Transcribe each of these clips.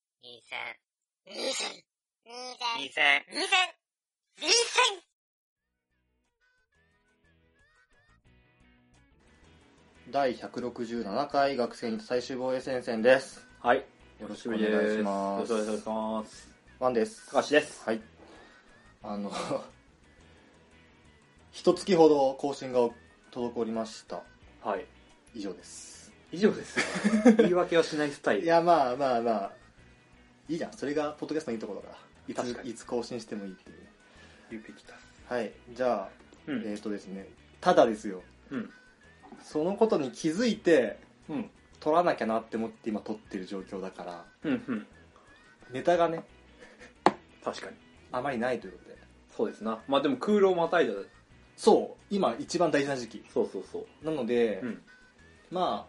2000、二千。二千。 2000、二千。二千。第167回学生に最終防衛戦線です。はい。よよろろしくお願いします。よろしくお願いします。ワンです。高橋です。はい。あの、 一月ほど更新が滞りました。はい。以上です。以上 です。言い訳をしないスタイいル。や、まあまあまあ、いいじゃん。それがポッドキャストのいいところだから。い確かつ、にいつ更新してもいいっていう。言うべきだ。はい。じゃあ、うん。えっ、ー、とですね、ただですよ。うん。そのことに気づいて、うん。撮らなきゃなって思って今撮ってる状況だから、うん。うん。ネタがね、確かに。あまりないということで。そうですな。まあでも空論またいだ。そう、今一番大事な時期。そうそうそう。なので、うん。ま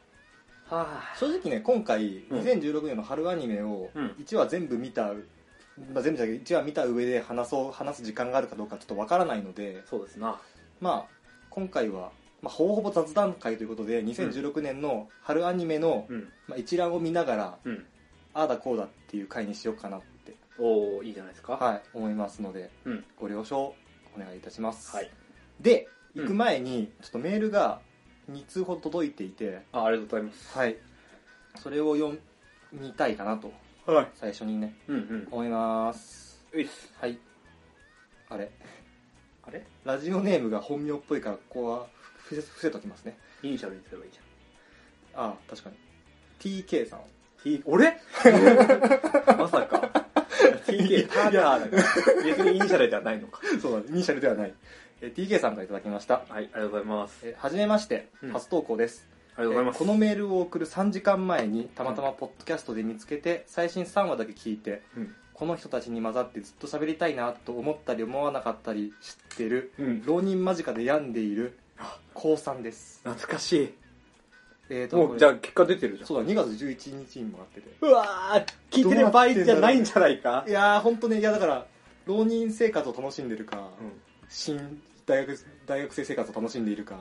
はあ、正直ね、今回、うん2016年の春アニメをうん、 1話全部見た、まあ、全部じゃなくて、1話見た上で話そう、話す時間があるかどうかちょっとわからないので、そうですな。まあ、今回は、まあ、ほぼほぼ雑談会ということで、2016年の春アニメの、うん。まあ、一覧を見ながら、うん。ああだこうだっていう回にしようかなって、おー、いいじゃないですか。はい、思いますので、うんご了承お願いいたします。はい。で、うん行く前に、ちょっとメールが2通ほど届いていて、あ、ありがとうございます。はい。それを読みたいかなと、はい。最初にね、うんうん。思います。ういっす。はい。あれ、あれラジオネームが本名っぽいから、ここはふ伏せ伏せときますね。イニシャルにすればいいじゃん。ああ、確かに。TK さん。 T、俺 まさか。TK、ターターだから。別にイニシャルではないのか。そうだ、イニシャルではない。え TK さんからいただきました。はい、ありがとうございます。えはじめましてう、ん初投稿です。ありがとうございまえす。ーこのメールを送る3時間前にたまたまポッドキャストで見つけて最新3話だけ聞いてうん、この人たちに混ざってずっと喋りたいなと思ったり思わなかったり知ってるうん、浪人間近で病んでいる高さんです懐かしえーい。ともこう、れじゃあ結果出てるじゃん。そうだ2月11日にもらっててうわー、聞いてる場合じゃないんじゃないかい。やー本当ねいやだから浪人生活を楽しんでるか、新大学大学生生活を楽しんでいるか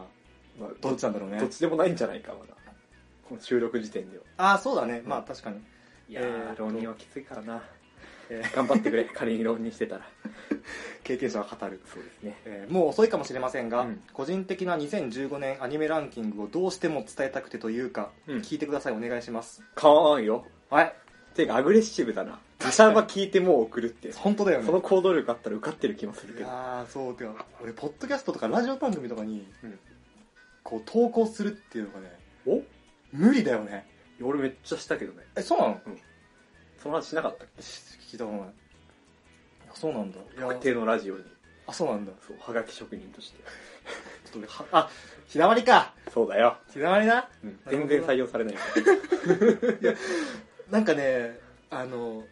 うんまあどどっちなんだろうねどっちでもないんじゃないか、まだ。この収録時点では。ああそうだね、まあ確かにいやえーー、と浪人はきついからな。え頑張ってくれ、 仮に浪人してたら。経験者は語るそうですね。えーもう遅いかもしれませんが、うん個人的な2015年アニメランキングをどうしても伝えたくてというか、うん聞いてくださいお願いしますかわんよ。はいていうか、アグレッシブだな。自社は聞いてもう送るって。本当だよねその行動力あったら受かってる気もするいけど。やーそうてか俺ポッドキャストとかラジオ番組とかに、うんこう投稿するっていうのがねお無理だよね俺めっちゃしたけどね。えそうなのその話しなかったっけし聞いたことないあそうなんだいや特定のラジオに。あそうなんだちそう、はがき職人として。ょ っと俺はあ日だまりかそうだよ。日だまりなうんなるほど全然採用されない。なんかねあの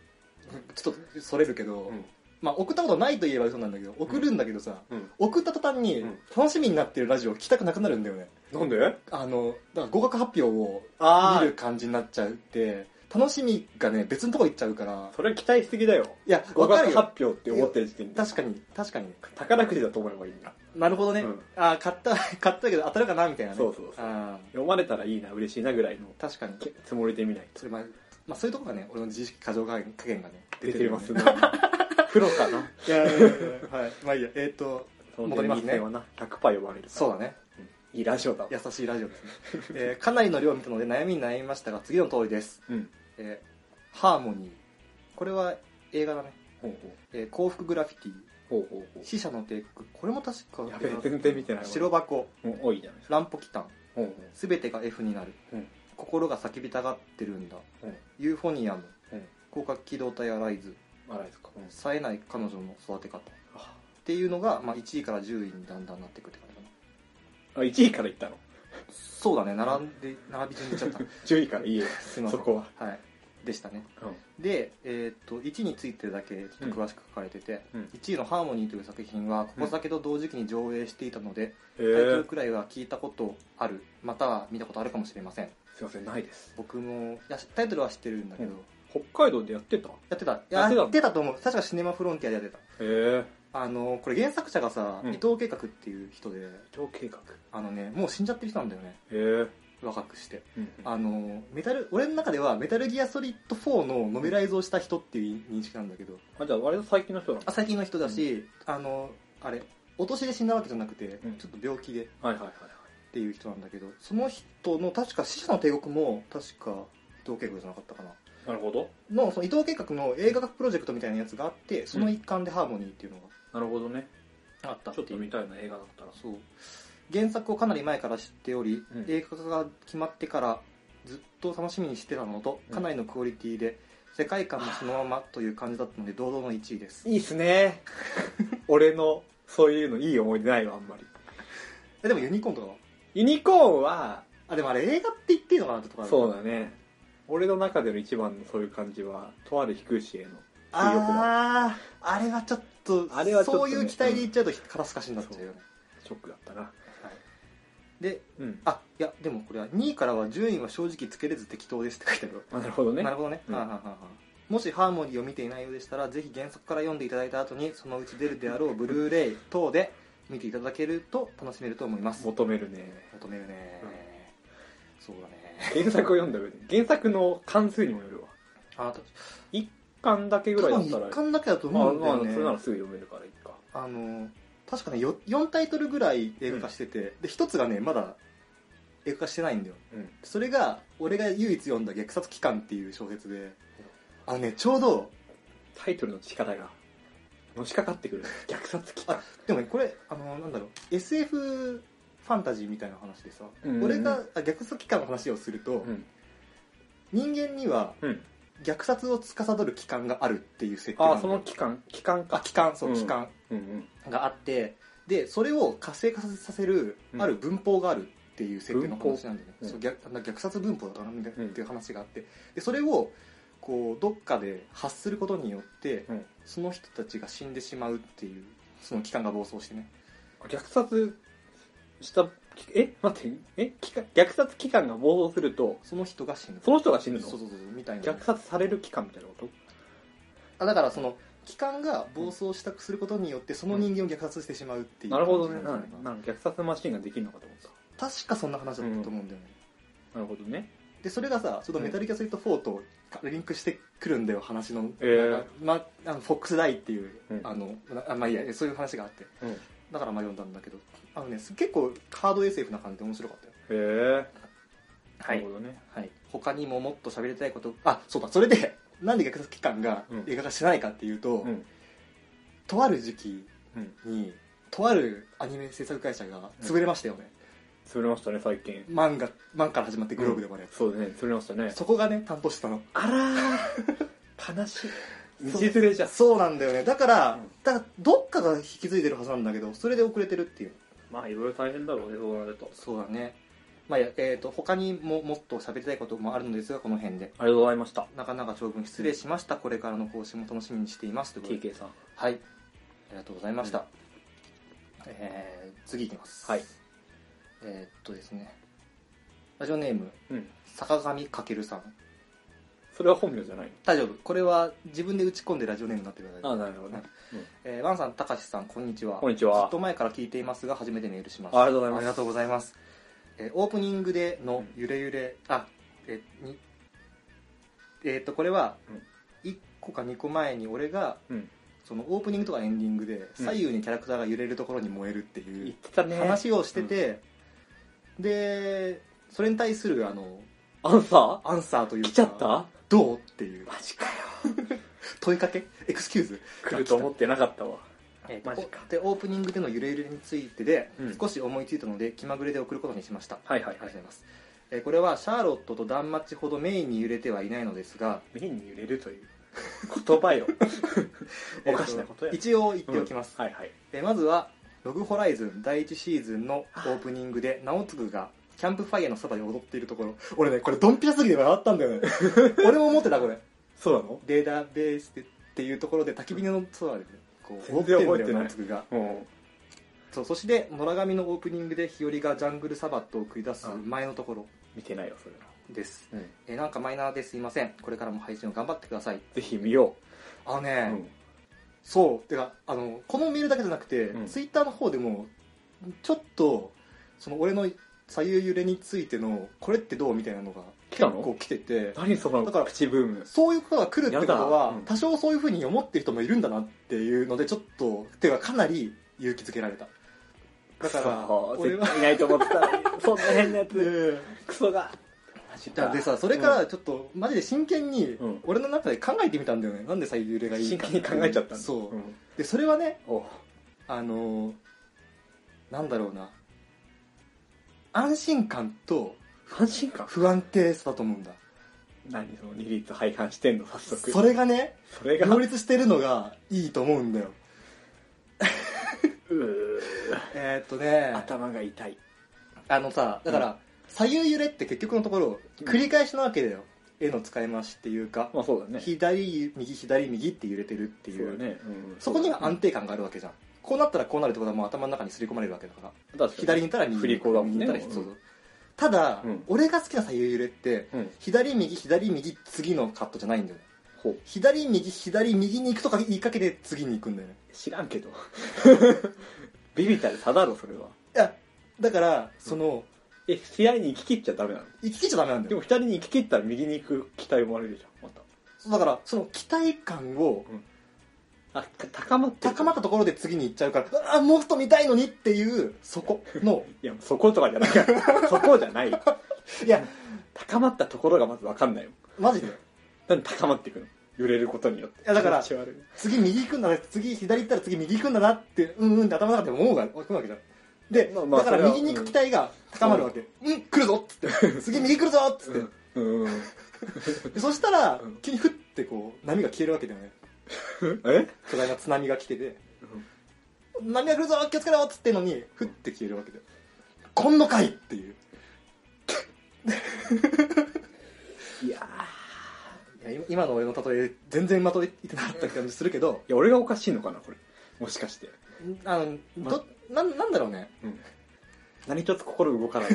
ちょっとそれるけど、うんまあ送ったことないと言えば嘘なんだけど送るんだけどさ、うん。送った途端にうん楽しみになってるラジオを聞きたくなくなるんだよねなんであのだから合格発表をあ見る感じになっちゃうって楽しみがね別のとこ行っちゃうからそれは期待しすぎだよ。いや合わか格る発よ表って思ってる時点で。確かに確かに宝くじだと思えばいいんだ。なるほどね、うんああ買った 買ったけど当たるかなみたいなねそうそうそうあ読まれたらいいな、嬉しいなぐらいのー確かにけつもりで見ないと。それまあ、まあ、そういうとこがね俺の自意識過剰加減加減がね出てますねね。 プロかな。いやいやいやいやはいまあいいやえっ、とその戻りますね人間はな、100%読まれる。。そううだねいいラジオだわ。優しいラジオですね、えー かなりの量を見たので悩みに悩みましたが次の通りですうん。えーハーモニー。これは映画だね。ほうほう。えー幸福グラフィティ。ほうほうほ死者の帝国。これも確か。う。やべえ、全然見てないわ。白箱。うん多いじゃないですか。ランポキタン。ほうほすべてが F になる、うん心が叫びたがってるんだ。うんユーフォニアム。うん広角機動隊アライズ。う。あらいですか。うん冴えない彼女の育て方。っあていうのが、まあ、1位から10位にだんだんなっていくって感じかな。あ、1位から言ったのそうだね。並んで、並び順に言っ ちゃっ ?10 位から言えよた。すいそません。こは。はい。でしたね。うん。で、えーっと1についてだけちょっと詳しく書かれてて、うんうん1位の「ハーモニー」という作品はここ酒と同時期に上映していたので、タえイトルー、くらいは聞いたことあるまたは見たことあるかもしれませんすいません、ないです。僕もいやタイトルは知ってるんだけど、うん北海道でやってたやってたややってたのってたと思う確かシネマフロンティアでやってたへえ。あのこれ原作者がさ、うん伊藤計画っていう人で伊藤計画。あのねもう死んじゃってる人なんだよねへえ。若くしてうんあのメタル俺の中ではメタルギアソリッド4のノベライズをした人っていう認識なんだけどあじゃあ割と最近の人なのあ最近の人だし、あのあれお年で死んだわけじゃなくて、うんちょっと病気でっはいはいはいていう人なんだけどその人の確か死者の帝国も確か伊藤計画じゃなかったかななるほどのその伊藤計画の映画化プロジェクトみたいなやつがあってその一環でハーモニーっていうのなるほどねがあったちょっと見たいな映画だったらそう原作をかなり前から知っており、うん映画化が決まってからずっと楽しみにしてたのとうんかなりのクオリティで、世界観もそのままという感じだったので堂々の1位ですいいっすね 俺のそういうのいい思い出ないわあんまりえでもユニコーンとかはユニコーンはあでもあれ映画って言っていいのかなってとかそううだね俺の中での一番のそういう感じはとある低い氏へのあああれはちょっとあれはちょっとねそういう期待でいっちゃうと肩透かしになっちゃうよね、ショックだったなはいでうんあいやでもこれは2位からは順位は正直つけれず適当ですって書いてあるあなるほどねなるほどね、うんはあはあはあもしハーモニーを見ていないようでしたらぜひ原作から読んでいただいた後にそのうち出るであ ろうブルーレイ等で見ていただけると楽しめると思います求めるね求めるね、そうだね原作を読んだ上で原作の関数にもよるわあた一巻だけぐらいだ多分ったら一巻だけだとま思あうんだまあよそね、れならすぐ読めるからいいかあの確かね 4, 4タイトルぐらい映画化してて、で1つがねまだ映画化してないんだようんそれが俺が唯一読んだ「虐殺機関」っていう小説であのねちょうどタイトルの力がのしかかってくる虐殺期間あでもねこれあのなんだろう SF ファンタジーみたいな話でさ、うんうん俺があ虐殺機関の話をすると、うん人間にはうん虐殺を司る機関があるっていう設定あなあその期間期間あか機関そううん機関うんうんがあって、でそれを活性化させるうんある文法があるっていう設定の文法話なんだよね、うんそう逆なんだ虐殺文法だったかなみたいなうんっていう話があってでそれをこうどっかで発することによって、うんその人たちが死んでしまうっていうその機関が暴走してね虐殺したえ待ってえ期間虐殺期間が暴走するとその人が死ぬその人が死ぬのそうそうそうそうみたいな虐殺される期間みたいなことあだからその機関が暴走したくすることによってその人間を虐殺してしまうっていうなるほどね感じななんんじゃないかななんか虐殺マシンができるのかと思った確かそんな話だったと思うんだよね、なるほどねでそれがさちょっとメタルギアソリッド4とリンクしてくるんだよ話の、えーなんかま、あのフォックスダイっていう、うんあのなあまあいいやそういう話があってうんへだからまあ読んだんだけどあのねす結構ハード SF な感じで面白かったよえはないるほどねはい、他にももっと喋りたいことあそうだそれでなんで虐殺機関がうん映画化してないかっていうと、うんとある時期うんにとあるアニメ制作会社が潰れましたよね、潰れましたね最近漫画漫から始まってグローブでもあるやつ、そうだね潰れましたねそこがね担当してたのあらー悲しい道連れじゃんそうなんだよねだから,、うんだからどっかが引き継いでるはずなんだけどそれで遅れてるっていうまあいろいろ大変だろうねそうなるとそうだねまあいやえー、と他にももっと喋りたいこともあるのですがこの辺でありがとうございましたなかなか長文失礼しました、これからの更新も楽しみにしていますということで TK さんはい。ありがとうございました。えー、次いきます。はい。えーっとですね。ラジオネーム、うん坂上かけるさん。それは本名じゃない大丈夫。これは自分で打ち込んでラジオネームになってくだあさい。あなるほどねえー、ワンさん、たかしさん、こんにちは。こんずにちはっと前から聞いていますが、初めてメールします。ありがとうございあまりすがとうございます。えーオープニングでのゆれゆれ、あ、えー、に、えーっと、これはうん、 1個か2個前に俺が、うんそのオープニングとかエンディングで左右にキャラクターが揺れるところに燃えるっていう言ってたね話をしてて、でそれに対するあのアンサアンサーといーう来かちゃったどうっていうマジかよ問いかけエクスキューズ来ると思ってなかったわえーマジかでオープニングでのゆるゆるについてで、うん少し思いついたので気まぐれで送ることにしましたはいあはいりがはとうございいます、えーこれはシャーロットとダンマッチほどメインに揺れてはいないのですが目に揺れるという言葉よ おかしなことやえー一応言っておきます、うんはいはいえーまずは「ログホライズン」第1シーズンのオープニングで直次がキャンプファイヤーのそばで踊っているところ俺ねこれドンピシャすぎて笑ったんだよ ね俺も思ってたこれそうなのデータベースでっていうところで焚き火のそばでねこう踊全って然んだよ覚えてない直次がうんそうそして野良神のオープニングで日和がジャングルサバットを繰り出す前のところ見てないよそれはです、うんえーなんかマイナーですいませんこれからも配信を頑張ってくださいぜひ見よあのね、ううんそうてかあのこのメールだけじゃなくて、うんツイッターの方でもちょっとその俺の左右揺れについてのこれってどうみたいなのが来たの結構来てて何そのだからプチブームそういうことが来るってことやはだ、うん多少そういうふうに思ってる人もいるんだなっていうのでちょっとてかかなり勇気づけられただからそう俺は絶対いないと思ってた そんな変なやつええクソがマジかでさそれからちょっと、マジで真剣にうん俺の中で考えてみたんだよねなんで左右揺れがいい真か剣に考えちゃったんだそう、んでそれはねおあのーなんだろうな安心感と安心感不安定さだと思うんだ何その二律背反してんの早速それがねそれが両立してるのがいいと思うん だようーえーっとね頭が痛いあのさだから、左右揺れって結局のところ繰り返しなわけだよ、絵の使い回しっていうか、まあそうだね左右左右って揺れてるってそいううだね、うんそこには安定感があるわけじゃん。こうなったらこうなるってことはもう頭の中に刷り込まれるわけだから。確かに左にいたら右振り子だもんね右にいたらそううんただ、うん俺が好きな左右揺れって、うん左右左右次のカットじゃないんだよね。ほう左右左右に行くとか言いかけて次に行くんだよね。知らんけど ビビったら差だろそれはいや、だから、その、え左に行き切っちゃダメなの行き来ちゃダメなんだでよ。も左に行き切ったら右に行く期待生まれるじゃんだまから、その期待感をたあか高まってる高まったところで次に行っちゃうから、ああ、もっと見たいのにっていう、そこの、いやそことかじゃないそこじゃないよいや、高まったところがまず分かんないよマジで。なんで高まっていくの揺れることによっていいやだから気持ち悪い次右行くんだな次左行ったら次右行くんだなってうんうんって頭の中で思うが来るわけじゃんで、まあまあだからそれは右に行く期待が高まるわけうん、来るぞっつって次右来るぞっつって、うんうんでそしたら、うん急にふってこう波が消えるわけだよねえ巨大な津波が来てて、波が来るぞ気をつけろっつってんのにふって消えるわけだよこんのかいっていういやいや今今の俺の例え全然まとえてなかった感じするけどいや俺がおかしいのかなこれもしかして、あのどなんなんだろうねうん、何一つ心動かない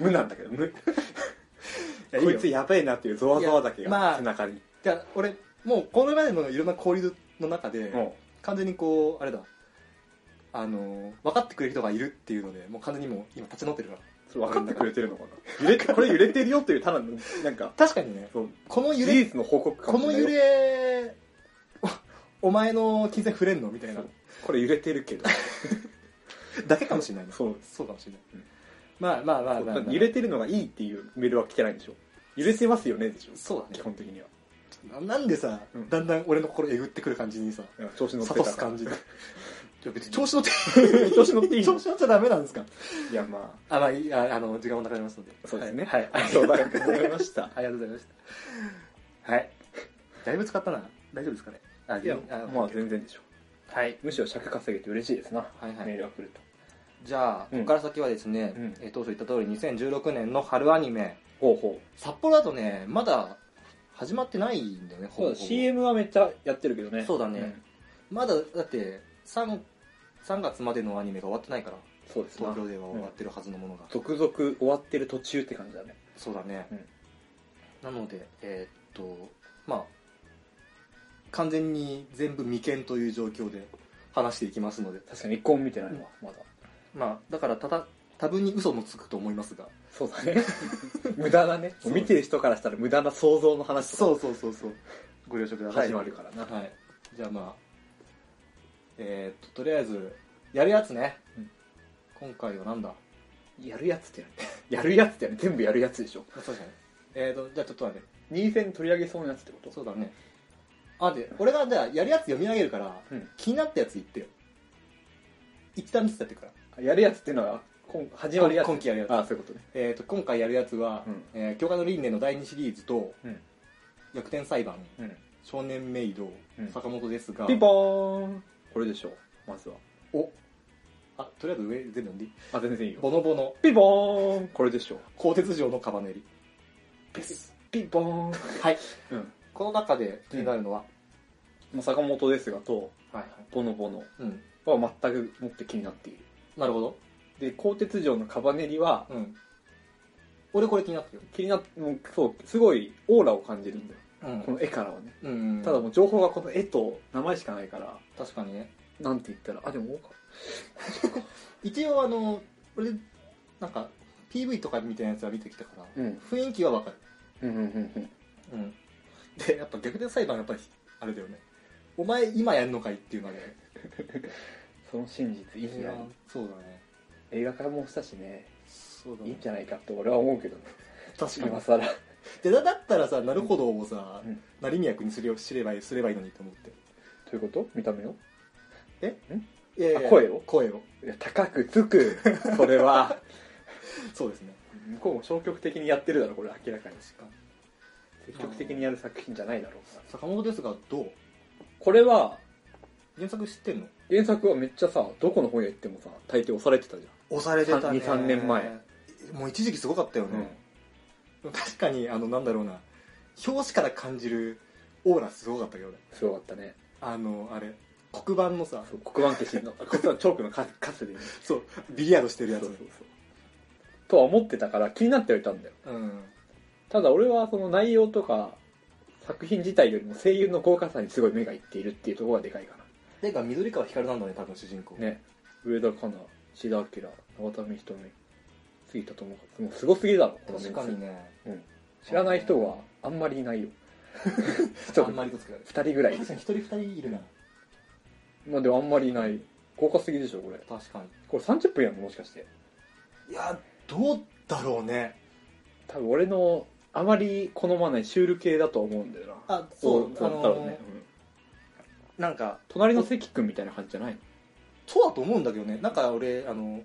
無なんだけど 無いやいいこよいつやべえなっていうゾワゾワだけいやまがあ背中に、いや俺もうこれまでのいろんな交流の中で、も完全にこうあれだあのー分かってくれる人がいるっていうのでもう完全にもう今立ち直ってるからうそれ分かってくれてるのかな揺れてこれ揺れてるよっていうただのなんか確かにねそうこの事揺れ実の報告かこもしのれない揺よれおお前の金銭触れんのみたいなそうこれ揺れて るけどだけかもしれないねそうそうかもしれない、うんまあまあまあまあ、まあ、揺れてるのがいいっていうメールは来てないんでしょ揺れてますよねでしょそうだ基ね本的にはななんでさ、うんだんだん俺の心えぐってくる感じにさうん調子乗って諭たすから感じで いや別に調子乗って調子乗っていい調の 子乗っちゃダメなんですかいやまあまあいいああの時間もなくなりますのであそうですねはい、はいありがとうございましたありがとうございました。はい。だいぶ使ったな。大丈夫ですかね。あ、いやあまあ全然でしょはい。むしろ尺稼げて嬉しいですな、はいはいメールが来るとじゃあ、うこんこから先はですね、うんえー当初言った通り2016年の春アニメ、ほうほう札幌だとね、まだ始まってないんだよね、ほそうぼだほぼ CM はめっちゃやってるけどねそうだねまだ、だって3、3月までのアニメが終わってないから、そうですな東京では終わってるはずのものが。続々終わってる途中って感じだねそうだね。うんなので、えーっと、まあ、完全に全部未見という状況で話していきますので、確かに一個も見てないわ、まだまあ、だからただ多分に嘘もつくと思いますがそうだね 無駄だねそう見てる人からしたら無駄な想像の話とかそうそうそうそうご了承ください始まるからな、はいじゃあまあえー、っととりあえずやるやつね、うん今回はなんだやるやつってやる やるやつってやる全部やるやつでしょ確かにえー、っとじゃあちょっと待って2戦取り上げそうなやつってことそうだねあで俺がじゃあやるやつ読み上げるから、うん気になったやつ言ってよ一旦ずつやってくから、あやるやつっていうのは今始まるやつ今今期やるやつあそういうことねえー、っと今回やるやつはうん「えー教科の輪廻」の第2シリーズとうん「逆転裁判」うん「少年メイド」うん坂本ですがピンポーンこれでしょうまずはおあとりあえず上全部読んでいいあ全然いいよボノボノピンポーンこれでしょう鋼鉄城のカバネリですピンポーンはいうんこの中で気になるのは、まあ坂本ですがとはいはボノボノいうんは全くもって気になっているなるほどで鋼鉄城のカバネリはうん俺これ気になってる気になってもうそうすごいオーラを感じるんだよこうの絵からはねん、うん、ただもう情報がこの絵と名前しかないから確かにねなんて言ったらあでも一応あの俺なんか PV とかみたいなやつは見てきたから、うん雰囲気はわかる、うんうんうんうんうん、でやっぱ逆転裁判やっぱりあれだよねお前今やんのかいっていうのはねその真実い意義やあるそうだね映画化もしたしねそうだいいねんじゃないかって俺は思う けどね確かに今更でだだったらさなるほどをさ、うん成宮君にすればすればいいすればいいのにと思ってということ見た目をいやいやいやあ声を声をいや高くつくそれはそうですね 向こうも消極的にやってるだろこれ明らかに確かに積極的にやる作品じゃないだろうから坂本ですがどうこれは原作知ってんの原作はめっちゃさどこの本屋行ってもさ大抵押されてたじ押されてたねさん23年前もう一時期すごかったよね、でも確かにあのなんだろうな表紙から感じるオーラすごかったけどねゃんすごかったねあのあれ黒板のさそう黒板消しの こっちはチョークのカスカスでねそうビリヤードしてるそやうつそうそうとは思ってたから気になってはいたんだようんただ俺はその内容とか作品自体よりも声優の豪華さにすごい目がいっているっていうところがでかいかてか緑川光なんだね多分主人公なね上田かな志田明永田美瞳杉田智和もうすごすぎだろこのメン確ツかにね知らない人はあんまりいないよ ちょっあんまりととつかない2人ぐらい確かに一人二人いるなまあでもあんまりいない豪華すぎでしょこれ確かにこれ30分やんのもしかしていやどうだろうね多分俺のあまり好まないシュール系だと思うんだよなあだったろうね、うんなんか隣の関君みたいな感じじゃないのそうだと思うんだけどねなんか俺あの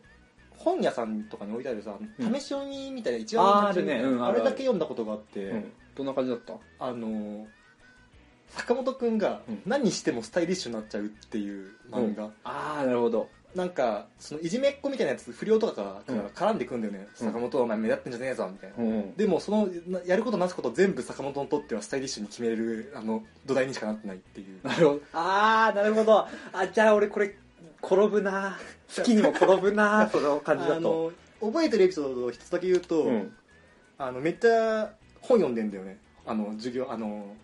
本屋さんとかに置いてあるさ、うん試し読みみたいな一話の試し読みみたいなあーあるねうんああるれあるだけ読んだことがあって、うんどんな感じだったあの坂本くんがうん何してもスタイリッシュになっちゃうっていう漫画、ああなるほどなんかそのいじめっ子みたいなやつ不良とかからうん絡んでくんだよね、うん坂本お前目立ってんじゃねえぞみたいな、うんでもそのなやることなすこと全部坂本にとってはスタイリッシュに決めれるあの土台にしかなってないっていうなるほどああなるほどあじゃあ俺これ転ぶな 好きにも転ぶな その感じだあとの覚えてるエピソードを一つだけ言うと、うんあのめっちゃ本読んでんだよねあの授業あの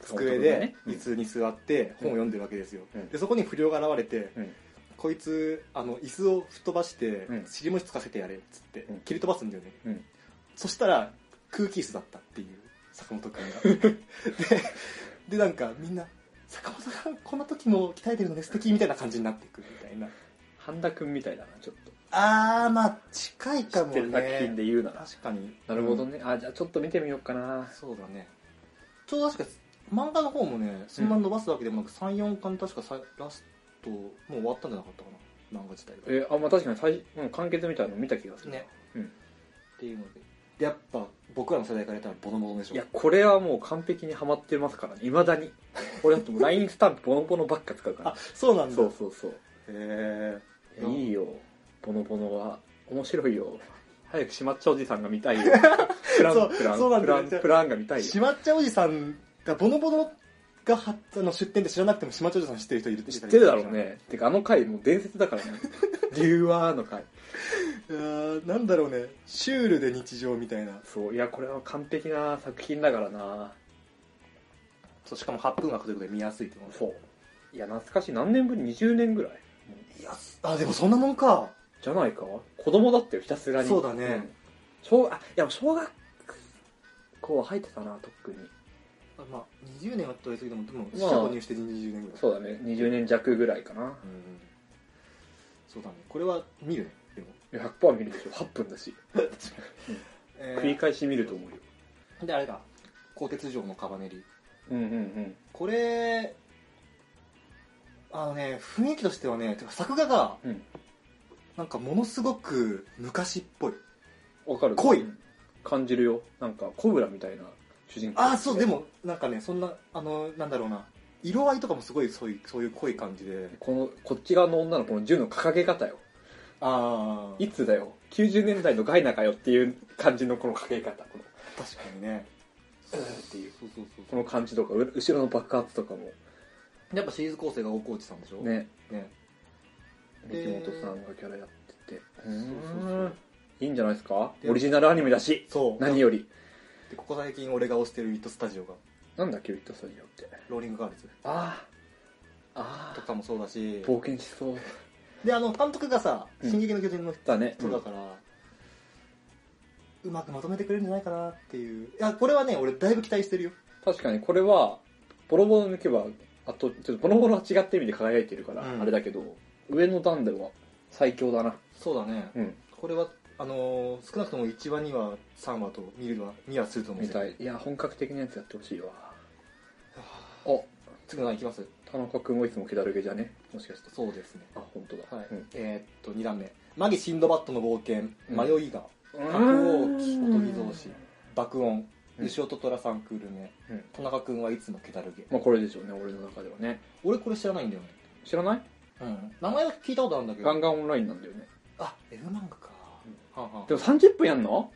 机でうん椅子に座って本を読んでるわけですよ、うんでそこに不良が現れて、うんこいつあの椅子を吹っ飛ばして、うん尻餅つかせてやれっつって、うん蹴り飛ばすんだよね、うんそしたら空気椅子だったっていう坂本くん がででなんかみんな坂本さんこんな時も鍛えてるのね素敵みたいな感じになってくるみたいな半田君みたいだなちょっとあーまあ近い知かっもてねる作品で言うなら確かになるほどねあじゃあちょっと見てみようかなそうだねちょうど確か漫画の方もねそんな伸ばすわけでもなく、34巻確かさラストもう終わったんじゃなかったかな漫画自体がえあまあ確かに最、うん、完結みたいなの見た気がするねうんっていうのででやっぱ僕らの世代から言ったらボノボノでしょいやこれはもう完璧にはまってますからねいまだに俺だってもう LINE スタンプボノボノばっか使うかあらそうなんだそうそうそうへいえやいいよボノボノは面白いよ早くしまっちゃおじさんが見たいよ プラそうンプランそうなんプだよランプランが見たいよしまっちゃおじさんがボノボノがはあの出店で知らなくてもしまっちゃおじさん知ってる人いるって知ってるだろうねてかあの回もう伝説 だからね理由はの回いやーなんだろうねシュールで日常みたいなそういやこれは完璧な作品だからなそうしかも8分枠ということで見やすいと思そういや懐かしい何年ぶり20年ぐらいういやあでもそんなもんかじゃないか子供だったよひたすらにそうだねん小あいや小学校は入ってたなとっくにあまあ20年は取り過ぎてもでも四まあ捨五入して20年ぐらいそうだね20年弱ぐらいかなうんそうだねこれは見るねでも、いや100%見るでしょ8分だしえ繰り返し見ると思うよであれだ鋼鉄城のカバネリうんうんうんこれあのね雰囲気としてはねてか作画が、うんなんかものすごく昔っぽいわかる濃いうん感じるよなんかコブラみたいな主人公ああそうでもなんかねそんなあのなんだろうな色合いとかもすごいそういうそういう濃い感じでこのこっち側の女の子の銃の掲げ方よあいつだよ90年代のガイナかよっていう感じのこの掲げ方この確かにねうーっていうそうそうそうこの感じとかう後ろの爆発とかもやっぱシリーズ構成が大河内さんでしょねね三で木本さんがキャラやっててそうそうそうーんいいんじゃないですかでオリジナルアニメだしそう何よりでここ最近俺が推してるウィットスタジオがなんだっけウィットスタジオってローリングガールズあああとあかもそうだし冒険しそうであの監督がさ「うん進撃の巨人」のだね人だから、うまくまとめてくれるんじゃないかなっていういやこれはね俺だいぶ期待してるよ確かにこれはボロボロ抜けばあとちょっとボロボロは違った意味で輝いてるから、うんあれだけど上の段では最強だなそうだねうんこれはあのー少なくとも1話2話3話と見るは見はすると思うんみですよたいいや本格的なやつやってほしいわあ次の段いきます田中君もいつも気だるげじゃねもしかしてそうですねあ本当だはい、うんえーっと2段目「マギシンドバッドの冒険」うん迷いが」「白白鸚王騎おとぎ造詞」「爆音」「うん牛音虎さんクール目」うん田中君はいつもけだるげ」まあこれでしょうね俺の中ではね俺これ知らないんだよね、知らないうん、名前は聞いたことあるんだけどガンガンオンラインなんだよねあ F 漫画か、はあはあでも30分やんの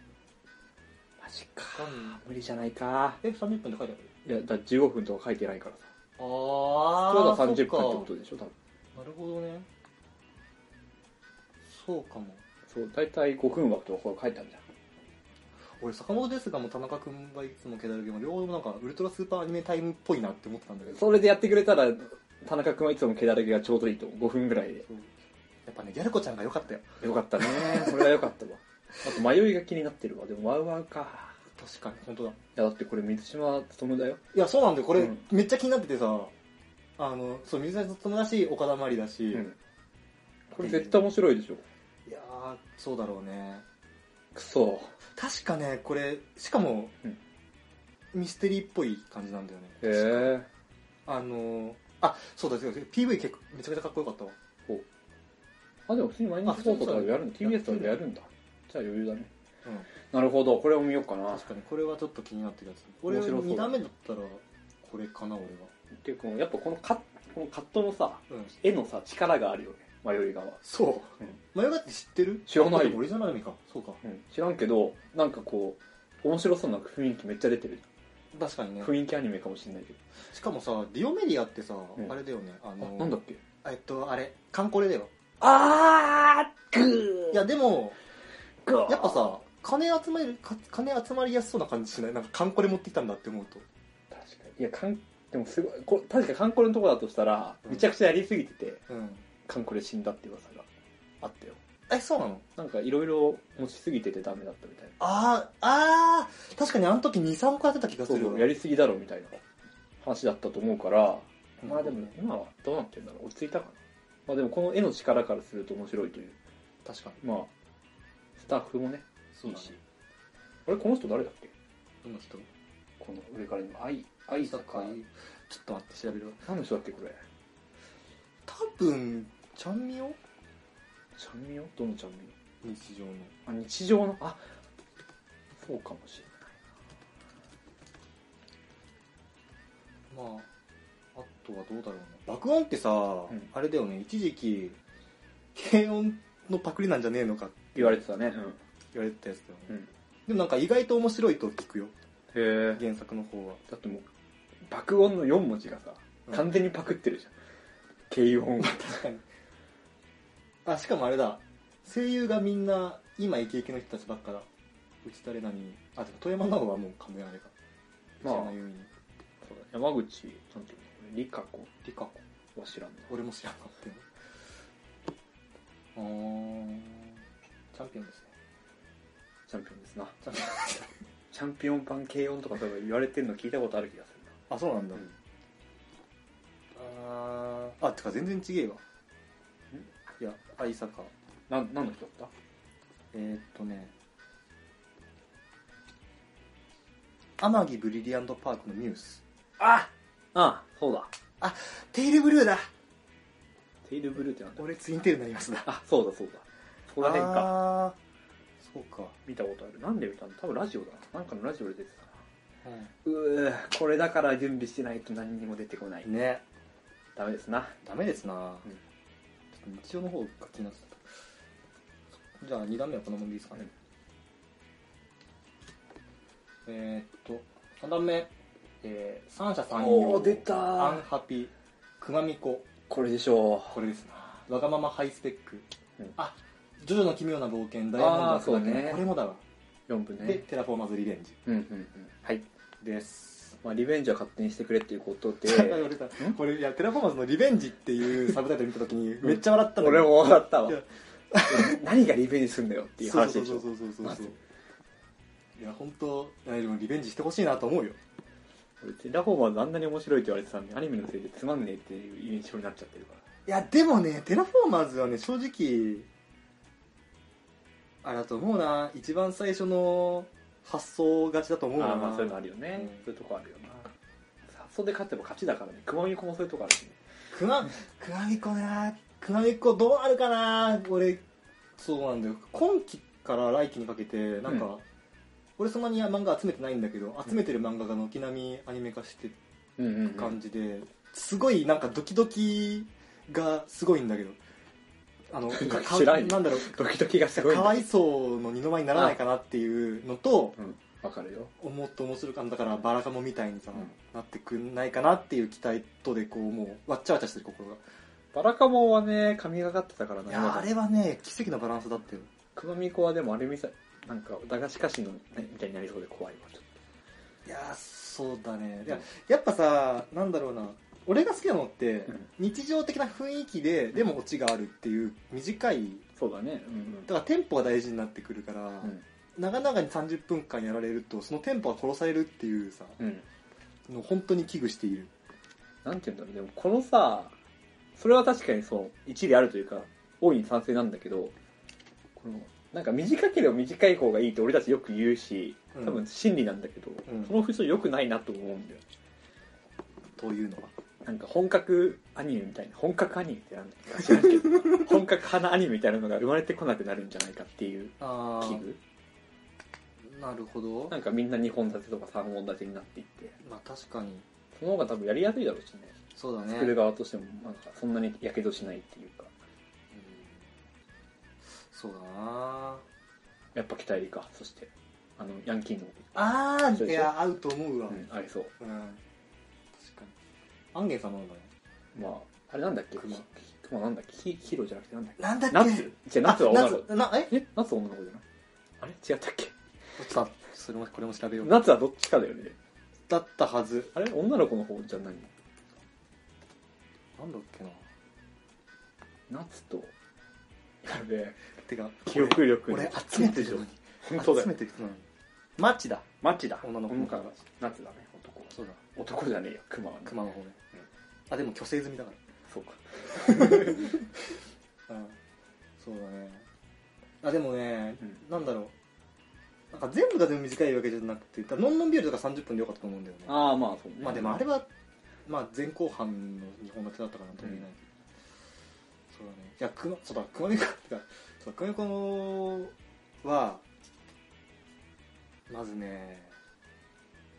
マジかガン無理じゃないかえ30分で書いてあるいやだから15分とか書いてないからさあまだあ30分ってことでしょ多分なるほどねそうかもそう大体5分枠とかこう書いてあるじゃん俺坂本ですがも田中君はいつもけだるげも両方なんかウルトラスーパーアニメタイムっぽいなって思ってたんだけどそれでやってくれたら田中君はいつも毛だらけがちょうどいいと思う5分ぐらいでそうやっぱねギャル子ちゃんが良かったよよか ったねそれはよかったわあと迷いが気になってるわでもワウワウか確かに本当だいやだってこれ水島勉だよいやそうなんだよこれ、うんめっちゃ気になっててさあのそう水谷友だし岡田まりだし、うんこれ絶対面白いでしょいやーそうだろうねくそ確かねこれしかも、うんミステリーっぽい感じなんだよねへえあのーあそうだそうだ PV 結構めちゃめちゃかっこよかったわあでも普通に毎日放送とかでやあそうるのそう TBS とかでやるんだじゃあ余裕だねうんなるほどこれを見ようかな確かにこれはちょっと気になってるやつ俺面白そう2段目だったらこれかな俺はていうかやっぱこのカッこのカットのさうん絵のさ力があるよね迷い側そう、うんマヨガって知ってる知らないよあでも俺じゃないのかそうかうん知らんけどなんかこう面白そうな雰囲気めっちゃ出てる確かにね雰囲気アニメかもしれないけどしかもさディオメディアってさ、んあれだよねあのあなんだっけえっとあれカンコレだよあーグいやでもーやっぱさ金集めるか金集まりやすそうな感じしないなんかカンコレ持ってきたんだって思うと確かにいやかんでもすごいこ確かカンコレのとこだとしたらうんめちゃくちゃやりすぎててうんカンコレ死んだって噂があったよえそうなのなんかいろいろ持ちすぎててダメだったみたいなあーあー確かにあの時23個やってた気がすそうるそうやりすぎだろみたいな話だったと思うからうんまあでも今はどうなってるんだろう落ち着いたかなまあでもこの絵の力からすると面白いという確かにまあスタッフもねそうだねいいしあれこの人誰だっけどんな人この上から今愛愛ちょ坂っと待って調べるわ何の人だっけこれ多分ちゃんみよちゃんみよどのちゃんみよ日常のあ日常のあそうかもしまああとはどうだろうね爆音ってさ、んあれだよね一時期軽音のパクリなんじゃねえのかってれない言われてたね言われてたやつだよね、うん、うん、でもなんか意外と面白いと聞くよへえ原作の方はだってもう爆音の4文字がさうん完全にパクってるじゃん軽音確かにあしかもあれだ声優がみんな今イケイケの人たちばっかだ内田玲奈にあでも富山奈央はもう完全あれかまあ内田優にそうだ山口なんていうのリカ子リカ子は知らんな俺も知らなかったよあーチャンピオンですねチャンピオンですなチャンピオン チャンピオン版軽音とかそういえば言われてるの聞いたことある気がするなあそうなんだ、うんあーあてか全然違えわいや愛坂なん何の人だっえー、っとね天城ブリリアントパークのミュースたああそうだテイルブルーだテイルブルーってなんだ俺ツインテールになりますだあそうだそうだそこら辺かかそうか、見たことあるなんで見たの多分ラジオだななんかのラジオで出てたなううーこれだから準備してないと何にも出てこないん、ねダメですなダメですな、うんちょっと日曜の方が気になってたじゃあ2段目はこのままでいいですかね、えー、っと3段目、えー、三者三様おー出たアンハピくまみここれでしょこれですなわがままハイスペック、うんあジョジョの奇妙な冒険ダイヤモンドあーそうねこれもだわ、う4分でねテラフォーマーズリベンジうんうんうんはい、ですまあ、リベンジは勝手にしてくれっていうこと で俺さ これいやテラフォーマーズの「リベンジ」っていうサブタイトル見た時にめっちゃ笑ったの俺も分かったわいや 何がリベンジすんだよっていうそう話そうでしそうょそうそうそうまそずういや本当いやでもリベンジしてほしいなと思うよ俺ラフォーマーズあんなに面白いって言われてたんでアニメのせいでつまんねえっていう印象になっちゃってるからいやでもねテラフォーマーズはね正直あれだと思うな一番最初の発想勝ちだと思うなああまあそういうのあるよね、うんそういうとこあるよな発想で勝っても勝ちだからね熊みこもそういうとこあるしね熊熊みこな熊みこどうあるかな俺そうなんだよ今期から来期にかけてなんか、うん俺そんなに漫画集めてないんだけど集めてる漫画が軒並みアニメ化してうんうん、う感じで、すごいなんかドキドキがすごいんだけどあのかか知らんよなんだろうドキドキがすごいんかだわいそうの二の舞にならないかなっていうのとうんわかるよ思っと面白かだからバラカモみたいにさ、うんなってくんないかなっていう期待とでこうもうわっちゃわちゃしてる心がバラカモンはね神がかってたからいなやあれはね奇跡のバランスだったよ熊みこはでもあれ見さなんか駄菓子菓子のねみたいになりそうで怖いわちょっいやーそうだねいややっぱさなんだろうな俺が好きなのってうん日常的な雰囲気ででもオチがあるっていう短いとそうだねうんだからテンポが大事になってくるから、うん長々に30分間やられるとそのテンポが殺されるっていうさうん、うん、の本当に危惧しているなんて言うんだろうでもこのさそれは確かにそう一理あるというか大いに賛成なんだけどこのなんか短ければ短い方がいいって俺たちよく言うしうん多分真理なんだけど、うんその風潮良くないなと思うんだよというのはなんか本格アニメみたいな本格アニメってなんだっけ知らんけど本格派なアニメみたいなのが生まれてこなくなるんじゃないかっていうあ危惧あなるほどなんかみんな2本立てとか3本立てになっていってまあ確かにその方が多分やりやすいだろうしねそうだね作る側としてもなんかそんなにやけどしないっていうかうんそうだなやっぱ期待りかそしてあのヤンキーの、あーそういでしょや合うと思うわううん、ん、ありそう確かにアンゲン様なんだねまああれなんだっけ熊ひ熊なんだっけひヒロじゃなくてなんだっけなんだっけ 夏じゃ夏は女の子夏なええ夏は女の子じゃないあれ違ったっけちょっとそれもこれも調べよう夏はどっちかだよねだったはずあれ女の子の方じゃないなんだっけな夏とやべえてか記憶力俺集めてるのに本当だ集よめてる人なのにマッチだマッチだ女の子女の子だ夏だね男はそうだ男じゃねえよ熊はね熊の方ね、あでも虚勢済みだか、そうからうん、そうだねあでもね、うんなんだろうなんか全部が全部短いわけじゃなくてだからのんのんビールとか30分でよかったと思うんだよねああまあそうねまあでもあれは、まあ、前後半の日本の手だったかなとも言えないけど、そうだねいや熊そうだ熊猫 ってかそう熊猫はまずね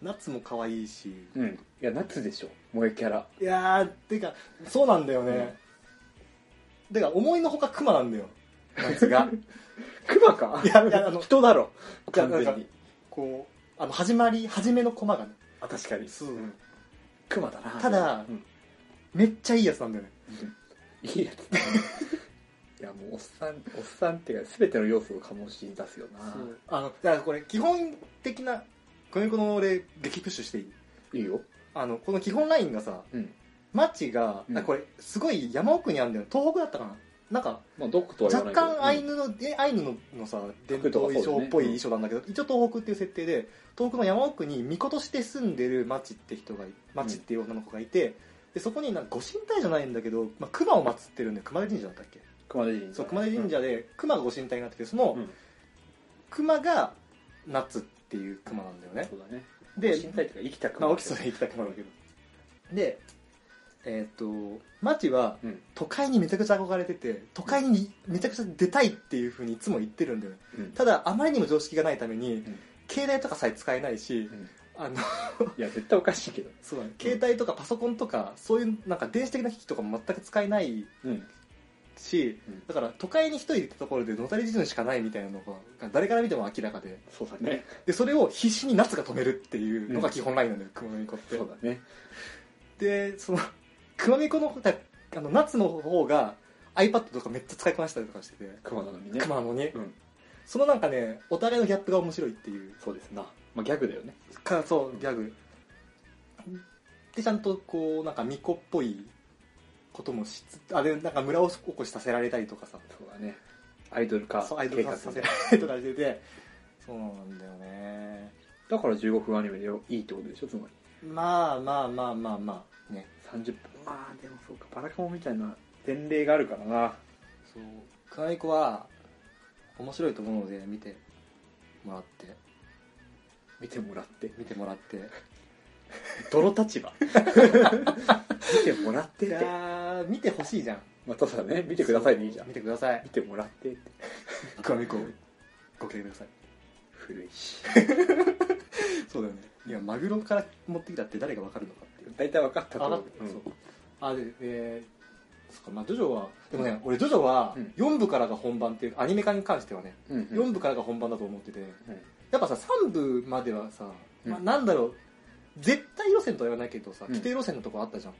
夏も可愛いし、うんいや夏でしょ萌えキャラいやーてかそうなんだよね、てか思いのほかクマなんだよ夏 が熊かいやいやあの 人だろいやな完んか全にこうあの始まり初めのコマがねあ確かにそううん熊だなただうんめっちゃいいやつなんだよねいいやつだな いやもうおっさんおっさんっていうか全ての要素を醸し出すよなあのだからこれ基本的なこのこの俺激プッシュしていいいいよあのこの基本ラインがさうんマッチが、うんあこれすごい山奥にあるんだよ東北だったかななんかまあドックとは言わ若ないけど干アイヌの,、えアイヌののさ伝統衣装っぽい衣装なんだけど、一応東北っていう設定で東北の山奥に巫女として住んでるマチって人がいマチっていう女の子がいて、でそこになんかご神体じゃないんだけど、まあ、熊を祀ってるんで熊手神社だったっけ熊手神社そう熊手神社で熊がご神体になっててそのうん熊が夏っていう熊なんだよねそうだねで身体とか生きたま熊あ、起きそうで生きた熊だけどでえっ、とマチはうん都会にめちゃくちゃ憧れてて都会にめちゃくちゃ出たいっていうふうにいつも言ってるんだよねうんただあまりにも常識がないために、ん携帯とかさえ使えないしうんあの いや絶対おかしいけどそうだね携帯とかパソコンとかそういうなんか電子的な機器とかも全く使えないうんし、うんだから都会に一人いるところで野たれ自分しかないみたいなのが誰から見ても明らかでそうだねでそれを必死に夏が止めるっていうのが基本ラインなんだよ、熊猫ってそうだねでその 熊猫のだあの夏の方が iPad とかめっちゃ使いこなしたりとかしてて熊なのにね熊なのに、うんそのなんかねお互いのギャップが面白いっていうそうですなまあギャグだよねかそうギャグでちゃんとこうなんか巫女っぽいこともしつつあれなんか村おこしさせられたりとかさそうだねアイドル化そうアイドル化させられたりとかしててそうなんだよねだから15分アニメでよいいってことでしょつまりまあまあまあまあまあね30分まあでもそうかバラカモみたいな前例があるからなそう熊猫は面白いと思うので見てもらって見てもらって見てもらってどの立 場見てもらっていってやー見てほしいじゃんまあただね見見てくださいでいいじゃん見てください見てもらってって熊猫ご期待ください古い しそうだよねいやマグロから持ってきたって誰がわかるのかっていう大体分かったと思あううんそうあでえーそっかまあジョジョはでもね俺ジョジョはうん4部からが本番っていうアニメ化に関してはねうんうん4部からが本番だと思っててうんやっぱさ3部まではさ、まあ、うんなんだろう絶対路線とは言わないけどさうん規定路線のとこあったじゃん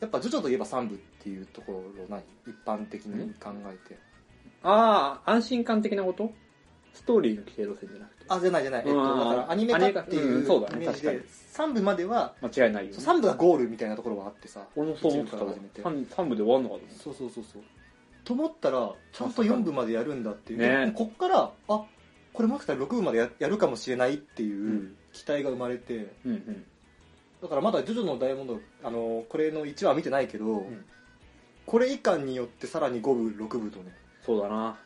やっぱジョジョといえば3部っていうところない一般的に考えてああ安心感的なことストーリーの規定路線じゃなくてあじゃないじゃないえっうとんだからアニメ化っていアニメ化ううんそうだイねメージ確で3部までは間違いないよ、ね、 3部がゴールみたいなところはあってさ俺もそう思ってた一部から始めてわ三三部で終わんのかと思ったそうそうそうそうと思ったらちゃんと4部までやるんだっていう、ねでこっからあこれもしかしたら6部までややるかもしれないってういうん期待が生まれて、うんうんだからまだ「ジョジョの大問題」あのこれの1話は見てないけど、んこれ以下によってさらに5部6部とねそうだな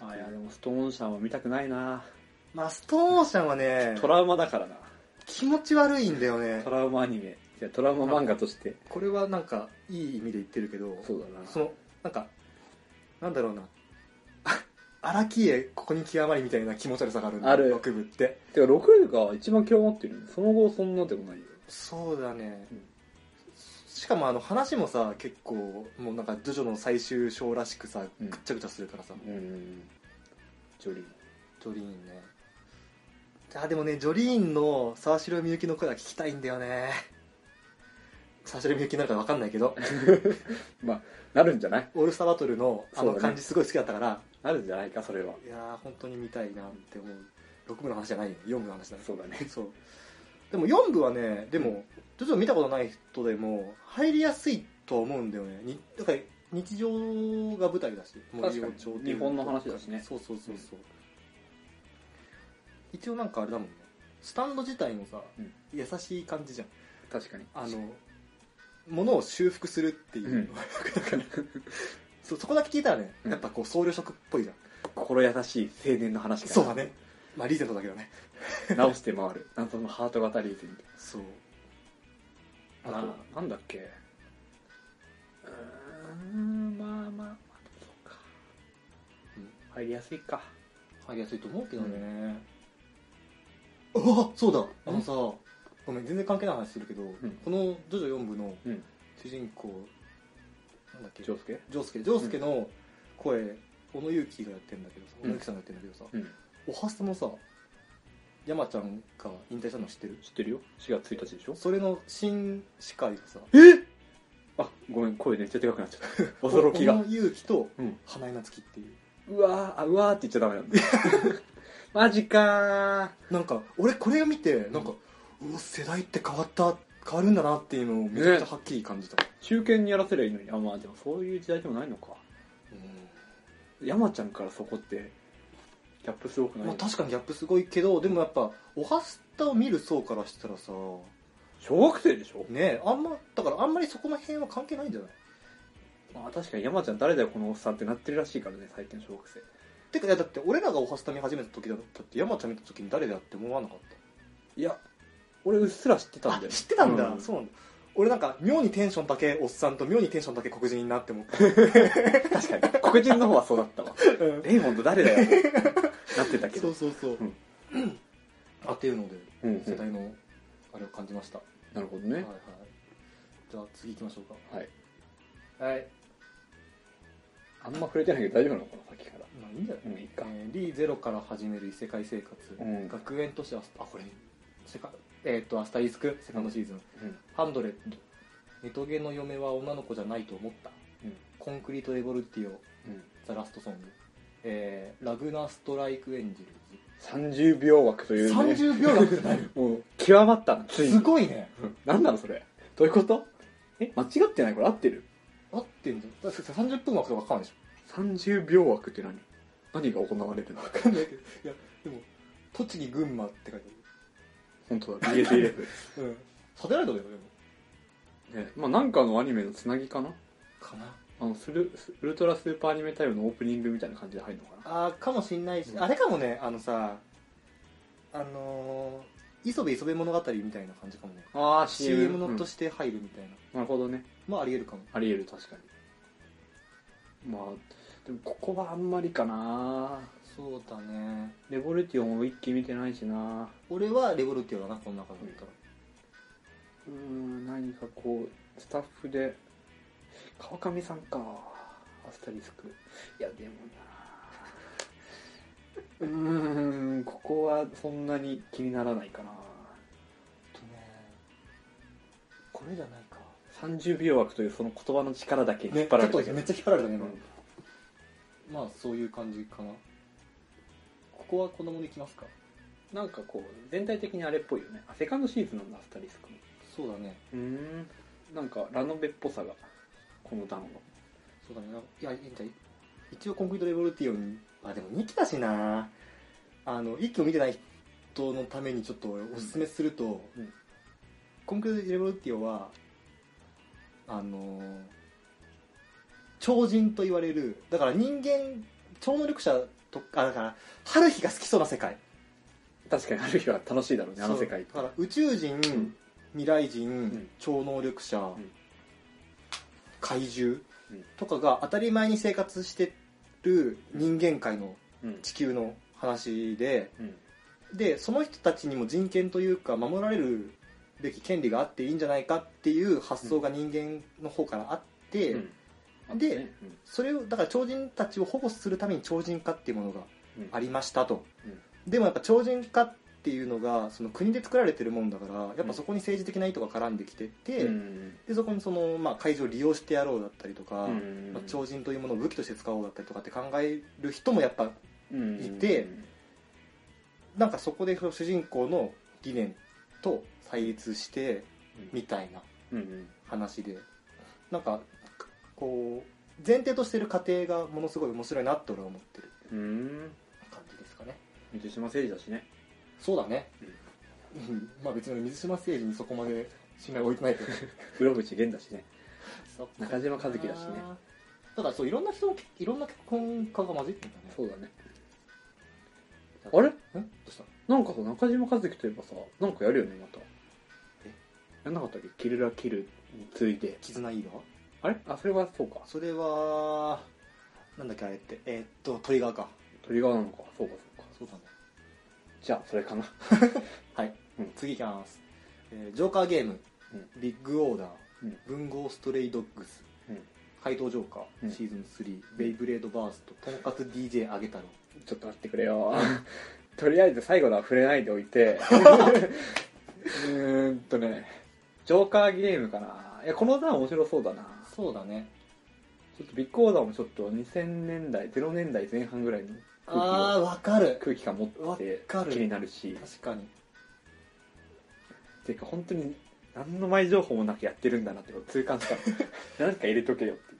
あいやでもストーンシャンは見たくないなまあストーンオーシャンはねトラウマだからな気持ち悪いんだよねトラウマアニメじゃトラウマ漫画としてこれはなんかいい意味で言ってるけどそうだなそのなんかなんだろうな あ荒木絵ここに極まりみたいな気持ち悪さがあるんだよある6部っててか6位が一番極まってるよねその後そんなでもないよそうだね、うんしかもあの話もさ結構もうなんかジョジョの最終章らしくさうんぐっちゃぐちゃするからさ、うんジョリージョリーンねあでもねジョリーンの沢城みゆきの声は聞きたいんだよね沢城みゆきになるか分かんないけ どなるんじゃないオールスターバトルのあそうだのね感じすごい好きだったから、なるんじゃないかそれはいやー本当に見たいなって思う6部の話じゃないよ4部の話だねそうだね そうでも4部はねでもちょっと見たことない人でも入りやすいとは思うんだよねにだから日常が舞台だし確か森に生町日本の話だしねそうそうそうそう、一応なんかあれだもんねスタンド自体もさ、うん優しい感じじゃん確かにあの物を修復するっていう、うんだから そそこだけ聞いたらねやっぱこう僧侶職っぽいじゃん、心優しい青年の話がそうだねまあリーゼントだけどね直して回る謎のハート型リーズみたいそうなああとなんだっけうーんまあまあまあそうかうん入りやすいか入りやすいと思うけどね、ああそうだあのさごめん全然関係ない話するけど、んこの「ジョジョ4部」のうん主人公、なんだっけ丈介ジョウスケジョウスケの声、小野勇気がやってんだけどさう小ん野勇気さんがやってんだけどさ、うんおはスタのさ山ちゃんが引退したの知ってる知ってるよ4月1日でしょそれの新司会がさえあごめん声めっちゃでかくなっちゃった驚き小が野勇気とうん花江夏樹っていううわーあうわーって言っちゃダメなんだマジかーなんか俺これを見てなんか、うお世代って変わった変わるんだなっていうのをめちゃくちゃはっきり感じた、中堅にやらせりゃいいのにあまあでもそういう時代でもないのか山ちゃんからそこってギャップすごくうなんい、まあ、確かにギャップすごいけどでもやっぱおはスタを見る層からしたらさ小学生でしょ、ねえあんまだからあんまりそこの辺は関係ないんじゃないまあ、確かに山ちゃん誰だよこのおっさんってなってるらしいからね最近の小学生てかいやだって俺らがおはスタ見始めた時だったって山ちゃん見た時に誰だって思わなかっいや俺うっすら知ってたたんだよあ知ってたんだ、うそうなんだ俺なんか妙にテンションだけおっさんと妙にテンションだけ黒人になって思った、確かに黒人の方はそうだった わレイモンド誰だよなってたけそどうそうそう、うん あっていうのでうんうん世代のあれを感じました、なるほどねはいはい、じゃあ次行きましょうはいかはいあんま触れてないけど大丈夫なのかなさっきからまあいいんじゃない、うんいいかえー、リーゼロから始める異世界生活、うん学園都市アスあこれセカえっ、とアスタリスクセカンドシーズン、うんハンドレッドネトゲの嫁は女の子じゃないと思った、うんコンクリートレボルティオうんザラストソング、えーラグナストライクエンジェルズ30秒枠というね30秒枠じゃない もう極まったなついすにごいね何なのそれどういうことえ間違ってないこれ合ってる合ってんじゃんだって30分枠とかかんでしょ 30秒枠って何何が行われるの わかんないけどいやでも栃木群馬って書いて本当だ BS11 あるうんサテライトだよでもねまあなんかのアニメのつなぎかなかなあのスルスウルトラスーパーアニメタイムのオープニングみたいな感じで入るのかなあーかもしんないし、うんあれかもねあのさあのー、磯部磯部物語みたいな感じかもねああ CM のとし、して入るみたいな、うんなるほどねまあありえるかもあり得る確かにまあでもここはあんまりかなそうだねレボルティオンを一気見てないしな俺はレボルティオだなこの中で言ったら、うーん何かこうスタッフで川上さんかアスタリスクいやでも なうーんここはそんなに気にならないかなとねこれじゃないか30秒枠というその言葉の力だけ引ねっ張られちょたっけとど、めっちゃ引っ張られたねう今、んまあそういう感じかなここは子供でいきますかなんかこう全体的にあれっぽいよねあセカンドシーズンなんだアスタリスクもそうだねうーんなんかラノベっぽさがこの段のそうだねなんかいやいいんじゃない一応コンクリートレボルティオンにあでも2期だしなあの1期を見てない人のためにちょっと俺おすすめすると、うんコンクリートレボルティオンはあのー超人と言われるだから人間超能力者とかだから春日が好きそうな世界確かにある日は楽しいだろうねあの世界っそうだかてら宇宙人、ん未来人、ん超能力者、ん怪獣うんとかが当たり前に生活してる人間界のうん地球の話でうんでその人たちにも人権というか守られるべき権利があっていいんじゃないかっていう発想が人間の方からあって、うんあとでねうんそれをだから超人たちを保護するために超人化っていうものがうんありましたと、うんでもやっぱ超人化っていうのがその国で作られてるもんだからやっぱそこに政治的な意図が絡んできてて、うんでそこにその、まあ、会場を利用してやろうだったりとか、うんまあ超人というものを武器として使おうだったりとかって考える人もやっぱいてうんなんかそこでその主人公の理念と対立してみたいなうんうん話でなんかこう前提としてる過程がものすごい面白いなって俺は思ってるうん感じですかね水島誠二だしねそうだね、うん、 まあ別に水島誠二にそこまで信頼を置いてない けど黒淵源だしね中島和樹だしねただそういろんな人のいろんな脚本家が混じってんだねそうだねあれんどうしたなんかさ中島和樹といえばさなんかやるよねまたえやんなかったっけキルラキルについて絆いいわあれあそれはそうかそれはなんだっけあれってえーっとトリガーかトリガーなのかそうかそうかそうだねじゃあそれかなはい、うん次いきます、えージョーカーゲーム、うビッグオーダー、うん文豪ストレイドッグス、うん怪盗ジョーカー、うんシーズン3ベイブレードバーストとんかつ DJ あげ太郎ちょっと待ってくれよ とりあえず最後のは触れないでおいてうーんとねジョーカーゲームかないやこの段面白そうだなそうだねちょっとビッグオーダーもちょっと2000年代0年代前半ぐらいの空気あーをわかる空気感持ってわかる気になるし確かにていうか本当に何の前情報もなくやってるんだなってこと痛感した なんか入れとけよっていう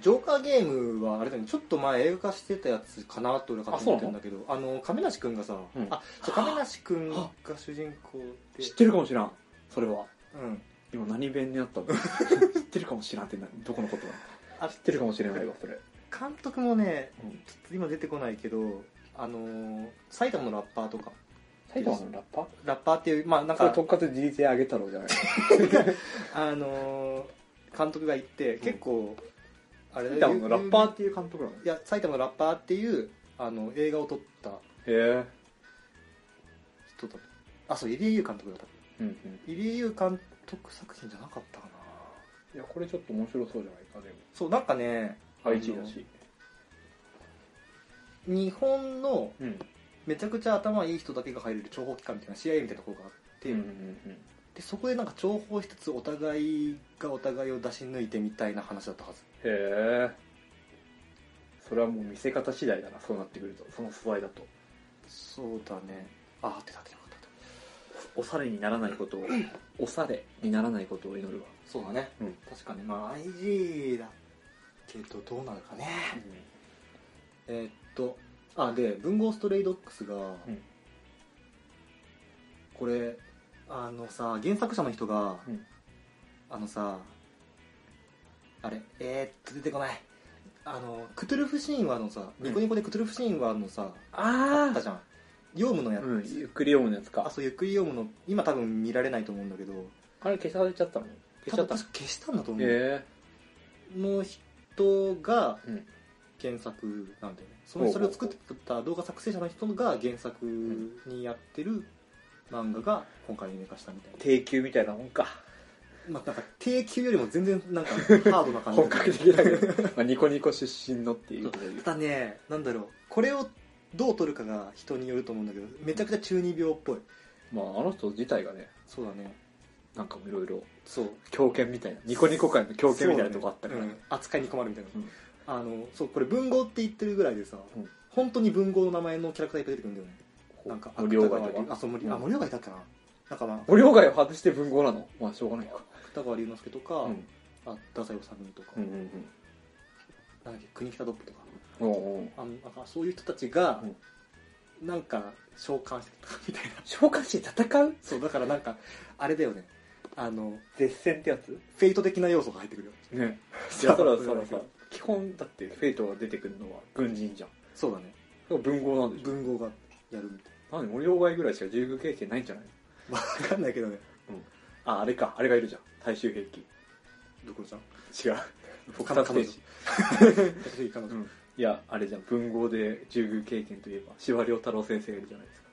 ジョーカーゲームはあれだねちょっと前映画化してたやつかなと俺勝手に思ってるんだけどあの亀梨君がさ、うんあそう亀梨君が主人公で知ってるかもしらんそれはうん今何弁にあった の知ってるかもしらんってなどこのことだあ知ってるかもしれないわそれ監督もねうんちょっと今出てこないけどあのー埼玉のラッパーとか埼玉のラッパーラッパーっていうまあなんそれかとんかつ DJ あげ太郎じゃないあのー監督が言って結構、あれだ埼よ玉のラッパーっていう監督なのいや埼玉のラッパーっていうあの映画を撮ったへ人だとあそう入江優監督だったえうんうん入江優監督作品じゃなかったかないやこれちょっと面白そうじゃないかでもそうなんかね愛知だし日本のうんめちゃくちゃ頭いい人だけが入れる諜報機関みたいな CIA みたいなところがあって、うんうんうんでそこでなんか情報しつつお互いがお互いを出し抜いてみたいな話だったはずへえそれはもう見せ方次第だなそうなってくるとその素材だとそうだねああ出た出なかったおされにならないことをおされにならないことを祈るわそうだね、うん確かにまあ IG だけどどうなるかねえーっとあで文豪ストレイドックスが、んこれあのさ原作者の人が、うんあのさあれえー、っと出てこないあのクトゥルフ神話のさうんニコニコでクトゥルフ神話のさ、ああったじゃんヨウムのやつ、うん、ゆっくり読むのやつあか。そうゆっくりヨウムの今多分見られないと思うんだけどあれ消されちゃったの消しちゃった多分確か消したんだと思う、えの人がうん原作なんだよね、そのほうほうそれを作った動画作成者の人が原作にやってる漫画が今回アニメ化したみたいー、定休みたいなもんか。な,、まあ、なんか定休よりも全然 なんかハードな感じ本格的だけど。 まあ、ニコニコ出身のっていうことで言うただねなんだろうこれをどう取るかが人によると思うんだけどめちゃくちゃ中二病っぽいまあ、あの人自体がね、そうだねなんかもいろいろ、そう狂犬みたいな、ニコニコ界の狂犬みたいなとこあったから、そうだねうん扱いに困るみたいな、うんあのそうこれ文豪って言ってるぐらいでさ、うん本当に文豪の名前のキャラクターいっぱい出てくるんだよねなんか無料外芥と川龍あか。そう森、うんあ森岡いたっけななんかまあ無料外を外して文豪なのまあ、しょうがないか。芥川龍之介とか、うん。あ太宰治とか、うんうんなんだっけ国北ドップとかうん。おうおうあのなんかそういう人たちが、なんか召喚してたみたいな 召喚して戦うそうだからなんかあれだよねあの絶戦ってやつフェイト的な要素が入ってくるよね。いや、そらそそうらさ、基本だってフェイトが出てくるのは軍人じゃん。そうだねそれは文豪なんでしょ文豪がやるみたい なんで森鴎外ぐらいしか従軍経験ないんじゃないのなわかんないけどねあ、あれか、あれがいるじゃん。大衆兵器。どころじゃん違 う。僕彼女ステージ私彼女、うんいや、あれじゃん。文豪で従軍経験といえば、司馬遼太郎先生がいるじゃないですか。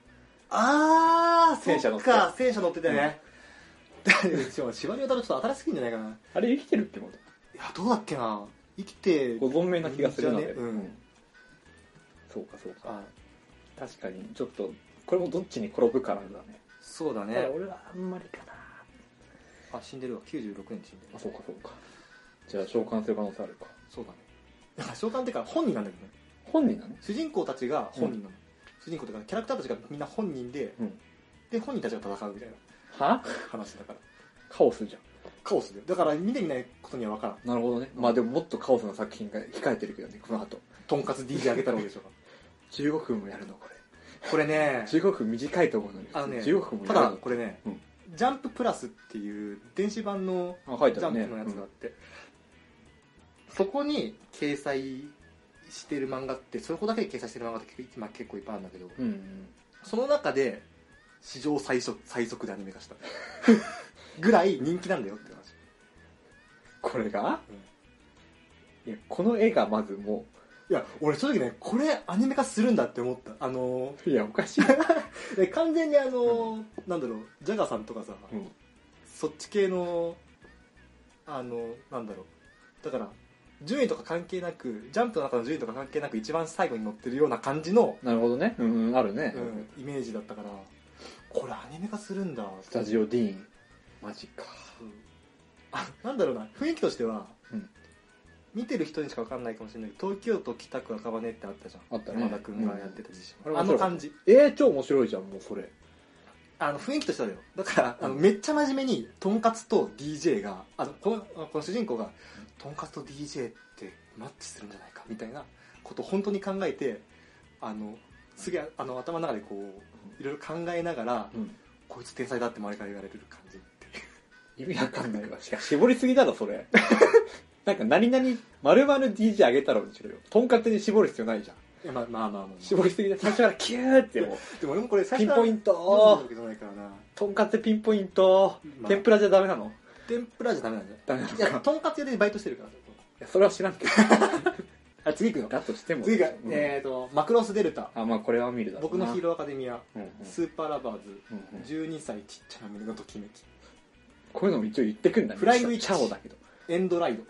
ああ戦車乗ってか戦車乗ってたよね、 うん、しかも司馬遼太郎ちょっと新しすぎんじゃないかなあれ生きてるってこといやどうだっけな生きてご存命な気がするなじゃねうんそうか、そうか。あ確かに、ちょっと、これもどっちに転ぶかなんだね。そうだたねだ俺はあんまりかな。あ死んでるわ96年死んでるあ、そうか、そうか。じゃあ、召喚する可能性あるか。そうだねだから召喚っていうか本人なんだけどね本人なの主人公たちが本人なの、主人公というかキャラクターたちがみんな本人で、うんで本人たちが戦うみたいな は話だからカオスじゃん。カオスでだから見てみないことには分からんなるほどね。まあでももっとカオスな作品が控えてるけどね、この後。とんかつ DJ あげたろうでしょうか15分もやるの、これ。これね15分短いと思うのに。あのね15分もたやだるの。これね、うんジャンププラスっていう電子版のあ、書いジてャあンるね。プのやつがあっうんて、そこに掲載してる漫画ってそこだけで掲載してる漫画って結構今結構いっぱいあるんだけど、うんうん。その中で史上最速最速でアニメ化した ぐらい人気なんだよって話これが、いや、この絵がまずもいや俺正直ねこれアニメ化するんだって思ったあのう、いや、おかしい。 ーで完全にあのーなんだろうジャガーさんとかさ、うんそっち系のあのーなんだろうだから順位とか関係なくジャンプの中の順位とか関係なく一番最後に載ってるような感じの、なるほどね。うんうん、あるね。うんイメージだったからこれアニメ化するんだスタジオディーン。マジか。あなんだろうな雰囲気としては、うん見てる人にしか分かんないかもしれないけど東京都北区赤羽ってあったじゃんあったね山田君がやってた実写、うんあの感じえー、超面白いじゃん、もうそれ。あの雰囲気としてはだよだから、あのうんめっちゃ真面目にとんかつと DJ があのこのあのこの主人公がとんかつと DJ ってマッチするんじゃないかみたいなことを本当に考えてあのすげえあの頭の中でこういろいろ考えながら、うん。こいつ天才だって周りから言われる感じって いう意味わかんないわ。しかし絞りすぎだろ、それ。なんか、何々、丸々 DJ あげたろにしろよ。とんかつに絞る必要ないじゃん。いやまあまあまあまあ、まあ、絞りすぎだ。最初からキューってもう、でも俺もこれ最ピン初ポインントじゃないからなとんかつピンポイント、まあ天ぷらじゃダメなの天ぷらじゃダメなんじダメなのゃないいやか。とんかつ屋でバイトしてるからいやそれは知らんけど。あ次行くのだとしても。次が、うんえー、とマクロスデルタあ、まあこれは見るだろう僕なのヒーローアカデミア、うんうんスーパーラバーズうんうん12歳ちっちゃな胸のときめきこういうのも一応言ってくんだね。フライングイッチチャオだけど。エンドライド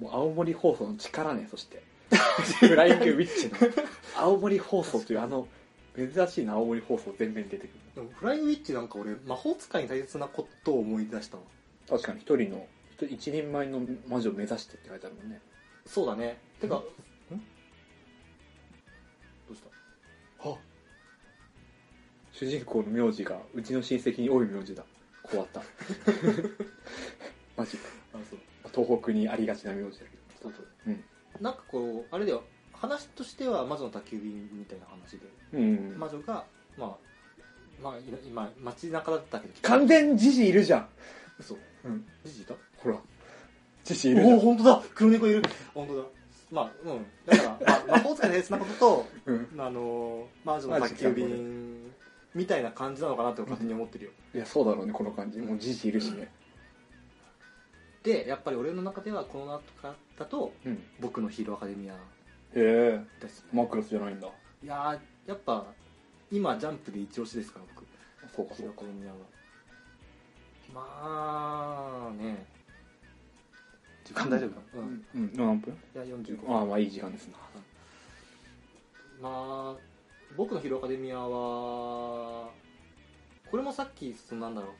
もう青森放送の力ね、そして。フライングウィッチの。青森放送というあの、珍しいな青森放送全面に出てくる。でもフライングウィッチなんか俺魔法使いに大切なことを思い出したわ確かに一人の、一一人前の魔女を目指してって書いてあるもんね。そうだねてか、んどうしたは主人公の名字が、うちの親戚に多い名字だ。こうあった。マジか。あそう東北にありがちな名字だけそど。うそううん。なんかこうあれだよ話としては魔女の宅急便みたいな話で、うん、魔女がまあまあい今街中だったけど完全にジジいるじゃん嘘うんジジいたほらジジいるじおゃおん本当だ黒猫いる本当だまあうんだから、まあ、魔 法使いの平熱なこととうんあのー魔女の宅急便みたいな感じなのかなって勝手に思ってるよ、いやそうだろうねこの感じもうジジいるしねでやっぱり俺の中ではこの中だとうんへ僕のヒーローアカデミアえですねマクロスじゃないんだいやーやっぱ今ジャンプで一押しですから僕そうかヒそーうローアかカデミアはまあね時間大丈夫かな、ううん、いん、うん、何分や45ああまあいい時間ですなまあ僕のヒーローアカデミアはこれもさっきそのなんだろう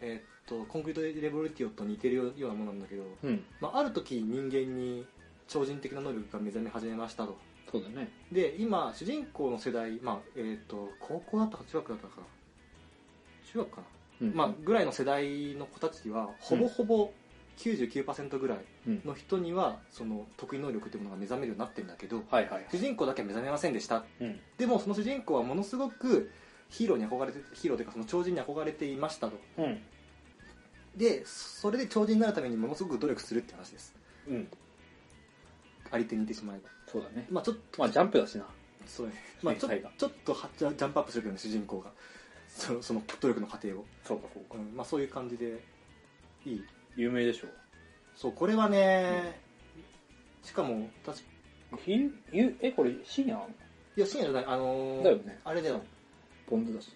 えーっとコンクリートレボルティオと似てるようなものなんだけど、うんまあ、ある時人間に超人的な能力が目覚め始めましたとそうだねで今主人公の世代まあえーっと高校だったか中学だったか中学かな、うんまあぐらいの世代の子たちはほぼほぼ99%ぐらいうんの人にはその得意能力っていうものが目覚めるようになってるんだけどはいはい主人公だけは目覚めませんでしたうんでもその主人公はものすごくヒーローに憧れてヒーローというかその超人に憧れていましたとうんでそれで超人になるためにものすごく努力するって話ですうんありてに似てしまえばそうだねまあちょっとまあジャンプだしなそうね、まあ、ちょはいはいちょっとはジャンプアップするけどね主人公がそのその努力の過程を、そうかそうかうんまあ、そういう感じでいい有名でしょそうこれはね、しかも確かひゆえこれ深夜なのいや深夜じゃないあのーだよねあれだよポンズだし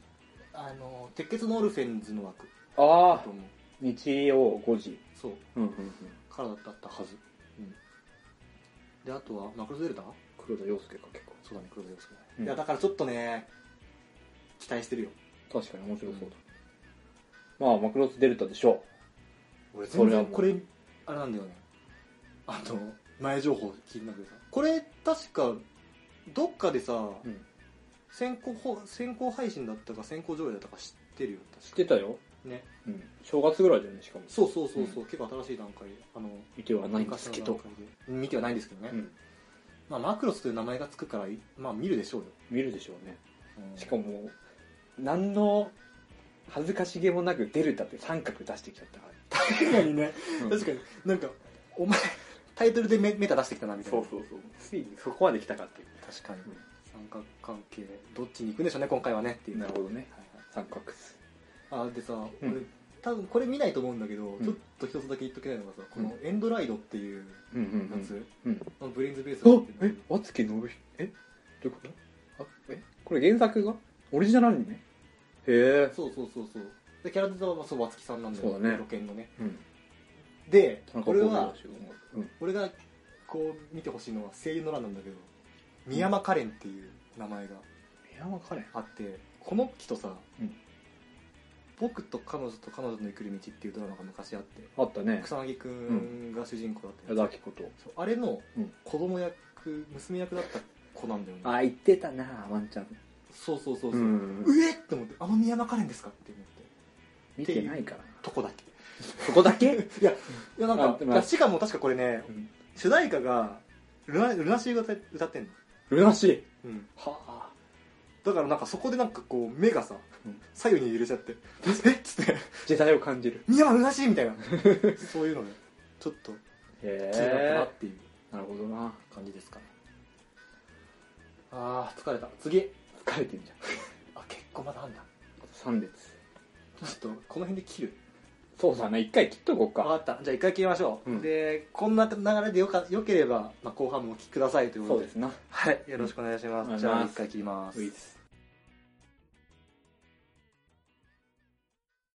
あのー鉄血のオルフェンズの枠だあとあ思う日曜5時そううんうんうんからだったはず、うん、であとはマクロスデルタ黒田洋介か結そうだね黒田洋介だね、うんいやだからちょっとね期待してるよ構確かに面白そうだ、まあマクロスデルタでしょ俺そ全れ然はもうこれあれなんだよねあの前情報聞いてなくてさこれ確かどっかでさ、ん先行ほ先行配信だったか先行上映だったか知ってるよう知っ確てかたよねうん正月ぐらいじゃねしかもそうそうそうそう、結構新しい段階あの見てはないんですけど昔、の段階で見てはないんですけどね、うん、まあ、マクロスという名前がつくからまあ見るでしょうよ、見るでしょうねうんしかも何の恥ずかしげもなくデルタって三角出してきちゃったから確かにね、 うん確かになんかお前タイトルでメメタ出してきたなみたいなそうそうそうついにそこまで来たかっていう確かに、ん三角関係どっちに行くんでしょうね今回はねっていうなるほどねはい三角すはい、あでさ、ん俺多分これ見ないと思うんだけど、んちょっと一つだけ言っとけないのがさこの「エンドライド」っていううんうやつうんのブレインズベースあがえ和月信彦えどういうことあえこれ原作がオリジナルアニメへえそうそうそうそうでキャラデザはまあそう和月さんなんだよそうだねロケンのねうんで田中俺康介はだし音楽うん俺がこう見てほしいのは声優の欄なんだけど宮山カレンっていう名前が宮山カレンあってこの人さ、うん僕と彼女と彼女の生きる道」っていうドラマが昔あってあったね草薙くんが主人公だった矢やつ田亜希子とそうあれのうん子供役、娘役だった子なんだよねあ言ってたなワンちゃんそうそうそうそうう、うんえって思ってあの宮山カレンですかって思って見てないからとこだけそこだけ いやいやなんあかでもしかも確かこれね、うん主題歌がルナルナシーが歌歌ってんの、ルナシーうん、はあだからなんかそこでなんかこう目がさ、うん左右に揺れちゃって「 えっ?」つって時代を感じる「宮山ルナシー」みたいな そういうのねちょっとへ気になったなえっていうなるほどな感じですかねあー疲れた次疲れてんじゃんあ結構まだあんだあと3列ちょっとこの辺で切るそうだね一回切っとこう分かかったじゃあ一回切りましょう、うんでこんな流れでよかよければ、まあ、後半もお聞きくださいというこそとうでですなはいよろしくお願いします、お願いしじゃあます一回切りますウィズ